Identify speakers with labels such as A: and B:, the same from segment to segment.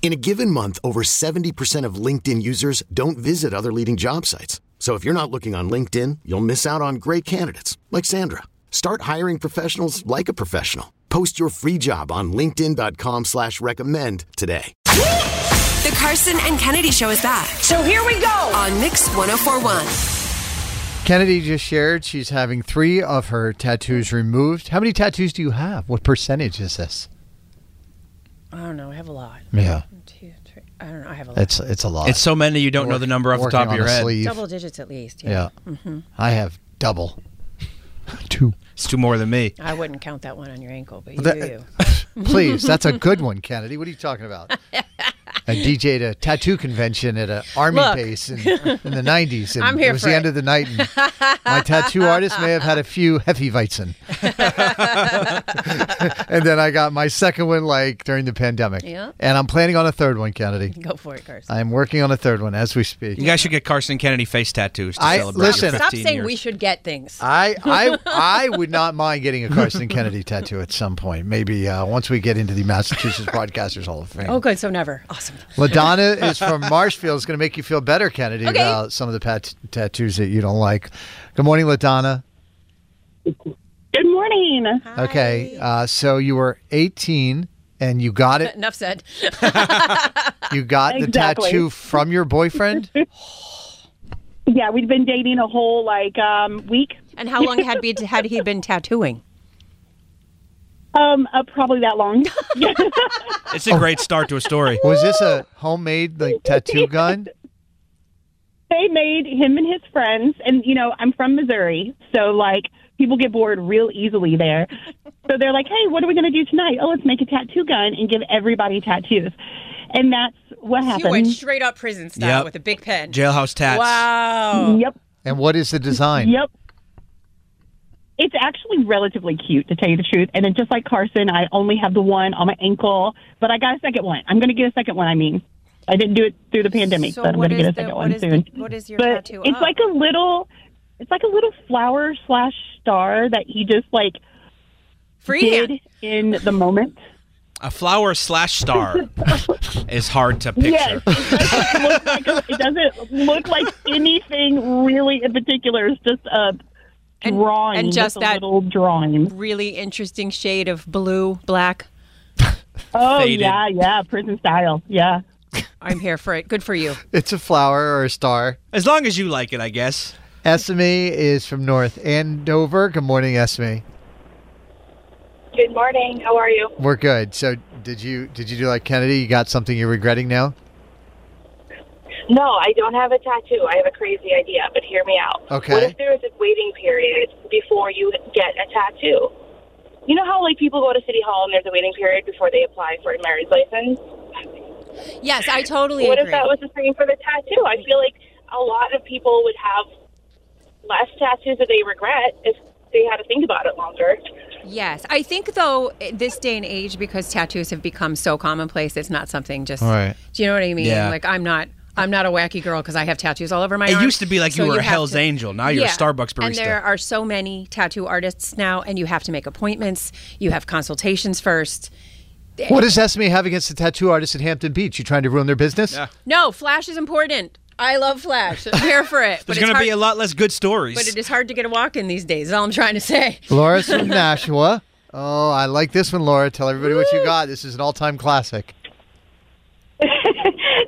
A: In a given month, over 70% of LinkedIn users don't visit other leading job sites. So if you're not looking on LinkedIn, you'll miss out on great candidates like Sandra. Start hiring professionals like a professional. Post your free job on linkedin.com slash recommend today.
B: The Carson and Kennedy Show is back
C: So here we go.
B: on Mix 1041.
D: Kennedy just shared she's having three of her tattoos removed. How many tattoos do you have? What percentage is this?
C: I don't know. I have a lot.
D: Yeah,
C: One, two, three. I don't know. I have a lot.
D: it's it's a lot.
E: It's so many you don't know
D: Work-
E: the number off the
D: working
E: top of
D: on
E: your
D: a
E: head.
D: sleeve.
C: double digits at least. Yeah.
D: Yeah, I have double. Two.
E: It's two more than me.
C: I wouldn't count that one on your ankle, but you
D: That-
C: do. You.
D: Please, that's a good one, Kennedy. What are you talking about? I DJ'd a tattoo convention at an army
C: Look.
D: base in, in the 90s, and
C: I'm here
D: it was
C: for
D: the
C: it.
D: end of the night. And my tattoo artist may have had a few Hefeweizen. and then I got my second one like during the pandemic.
C: Yeah.
D: And I'm planning on a third one, Kennedy.
C: Go for it, Carson.
D: I'm working on a third one as we speak.
E: You guys should get Carson and Kennedy face tattoos to
D: I-
E: celebrate
D: listen-
E: your
C: Stop
E: 15
C: saying
E: years.
C: we should get things.
D: I I I would not mind getting a Carson Kennedy tattoo at some point. Maybe uh, once we get into the Massachusetts Broadcasters Hall of Fame.
C: oh, good. So never. Awesome.
D: LaDonna is from Marshfield. It's going to make you feel better, Kennedy,
C: Okay.
D: about some of the pat- tattoos that you don't like. Good morning, LaDonna.
F: Good morning.
D: Okay, uh, so you were 18 and you got it.
C: Enough said.
D: You got
F: Exactly.
D: the tattoo from your boyfriend.
F: Yeah, we'd been dating a whole like um, week,
C: And how long had we had he been tattooing?
F: um, uh, probably that long.
E: It's a great start to a story.
D: Was this a homemade like tattoo gun?
F: they made him and his friends, and you know, I'm from Missouri, so like people get bored real easily there. So they're like, "Hey, what are we going to do tonight? Oh, let's make a tattoo gun and give everybody tattoos." And that's what
C: You went
F: happened.
C: straight up prison style
E: Yep.
C: with a big pen.
E: Jailhouse tats.
C: Wow.
F: Yep,
D: And what is the design?
F: yep. It's actually relatively cute, to tell you the truth. And then just like Carson, I only have the one on my ankle, but I got a second one. I'm going to get a second one. I mean, I didn't do it through the pandemic,
C: So
F: but I'm
C: what
F: going to get
C: is
F: a
C: the-
F: second
C: what
F: one
C: is the-
F: soon.
C: what is your
F: but
C: tattoo
F: It's
C: of?
F: like a little, it's like a little flower slash star that he just like
C: Freehand.
F: did in the moment.
E: A flower slash star is hard to
F: Yes,
E: picture.
F: it doesn't, look like, it doesn't look like anything really in particular. It's just a
C: And-
F: drawing,
C: and just
F: a
C: that-
F: little drawing.
C: Really interesting shade of blue, black.
F: Oh
E: Faded.
F: yeah, yeah, prison style. Yeah.
C: I'm here for it. Good for you.
D: It's a flower or a star.
E: As long as you like it, I guess.
D: Esme is from North Andover. Good morning, Esme.
F: Good morning. How are you?
D: We're good. So, did you did you do like Kennedy? You got something you're regretting now?
G: No, I don't have a tattoo. I have a crazy idea, but hear me out.
D: Okay.
G: What if there is a waiting period before you get a tattoo? You know how like people go to city hall and there's a waiting period before they apply for a marriage license?
C: Yes, I totally
G: What if
C: agree.
G: that was the same for the tattoo? I feel like a lot of people would have less tattoos that they regret if they had to think about it longer.
C: Yes, I think though i- this day and age, because tattoos have become so commonplace, it's not something just.
D: All right.
C: Do you know what I mean?
E: Yeah.
C: Like I'm not, I'm not a wacky girl because I have tattoos all over my.
E: It
C: arm.
E: used to be like
C: So
E: you were a
C: have
E: Hell's
C: to-
E: Angel. Now Oh, you're a
C: Yeah.
E: Starbucks barista.
C: And there are so many tattoo artists now, and you have to make appointments. You have consultations first.
D: What does Esme have against the tattoo artist in Hampton Beach? You trying to ruin their business?
C: No, Flash is important. I love Flash. I'm here for it. But
E: There's
C: it's
E: going to
C: hard-
E: be a lot less good stories.
C: But it is hard to get a walk in these days. Is all I'm trying to say.
D: Laura's from Nashua. Oh, I like this one, Laura. Tell everybody what you got. This is an all-time classic.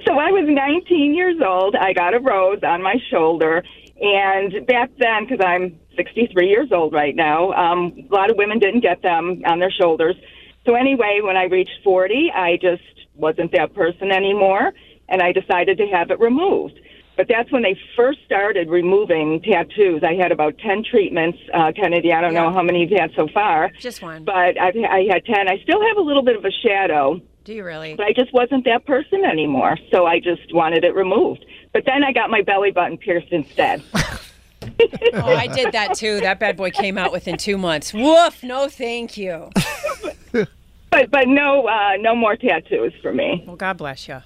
F: So I was 19 years old. I got a rose on my shoulder, and back then, because I'm 63 years old right now, um, a lot of women didn't get them on their shoulders. So anyway, when I reached 40, I just wasn't that person anymore, and I decided to have it removed. But that's when they first started removing tattoos. I had about 10 treatments, uh, Kennedy. I don't know how many you've had so far,
H: Just one.
F: but I've, I had 10. I still have a little bit of a shadow,
H: Do you really?
F: but I just wasn't that person anymore. So I just wanted it removed. But then I got my belly button pierced instead.
C: Oh, I did that too. That bad boy came out within two months. Woof! No, thank you.
F: but but no uh, no more tattoos for me.
C: Well, God bless you.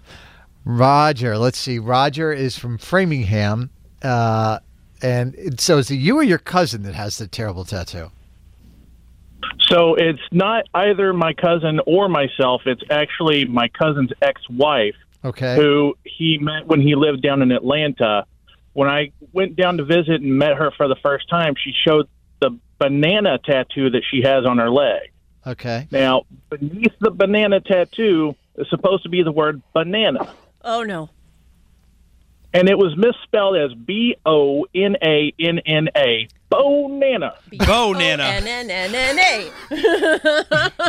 D: Roger, let's see. Roger is from Framingham. Uh, and it, so is it you or your cousin that has the terrible tattoo?
I: So it's not either my cousin or myself. It's actually my cousin's ex-wife
D: Okay.
I: who he met when he lived down in Atlanta. When I went down to visit and met her for the first time, she showed the banana tattoo that she has on her leg.
D: Okay.
I: Now, beneath the banana tattoo is supposed to be the word banana,
C: Oh no.
I: and it was misspelled as B O N A N N A. Banana.
E: Go, Nana.
C: N-N-N-N-A.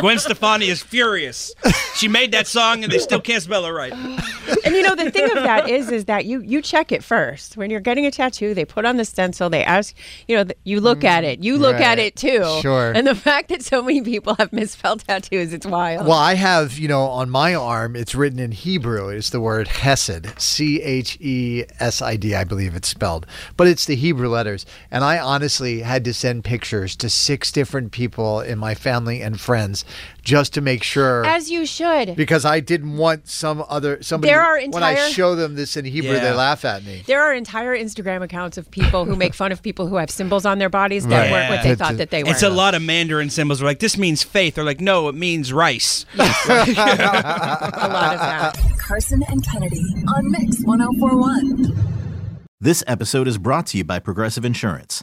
E: Gwen Stefani is furious. She made that song and they still can't spell it right.
C: And you know the thing of that is, is that you you check it first when you're getting a tattoo. They put on the stencil. They ask, you know, th- you look at
E: Mm,
C: it. You look
D: Right.
C: at it too.
D: Sure.
C: And the fact that so many people have misspelled tattoos, it's wild.
D: Well, I have, you know, on my arm, it's written in Hebrew. It's the word Hesed, C H E S I D, I believe it's spelled, but it's the Hebrew letters. And I honestly had to send pictures to six different people in my family and friends just to make sure.
C: As you should.
D: because I didn't want some other somebody
C: There are
D: when I
C: entire-
D: show them this in Hebrew,
E: Yeah.
D: they laugh at me.
C: There are entire Instagram accounts of people who make fun of people who have symbols on their bodies that
E: Right.
C: weren't what they
D: But
C: thought
D: the-
C: that they were.
E: It's a lot of Mandarin symbols. We're like, this means faith. They're like, no, it means rice.
C: A lot of that.
B: Carson and Kennedy on Mix 1041.
J: This episode is brought to you by Progressive Insurance.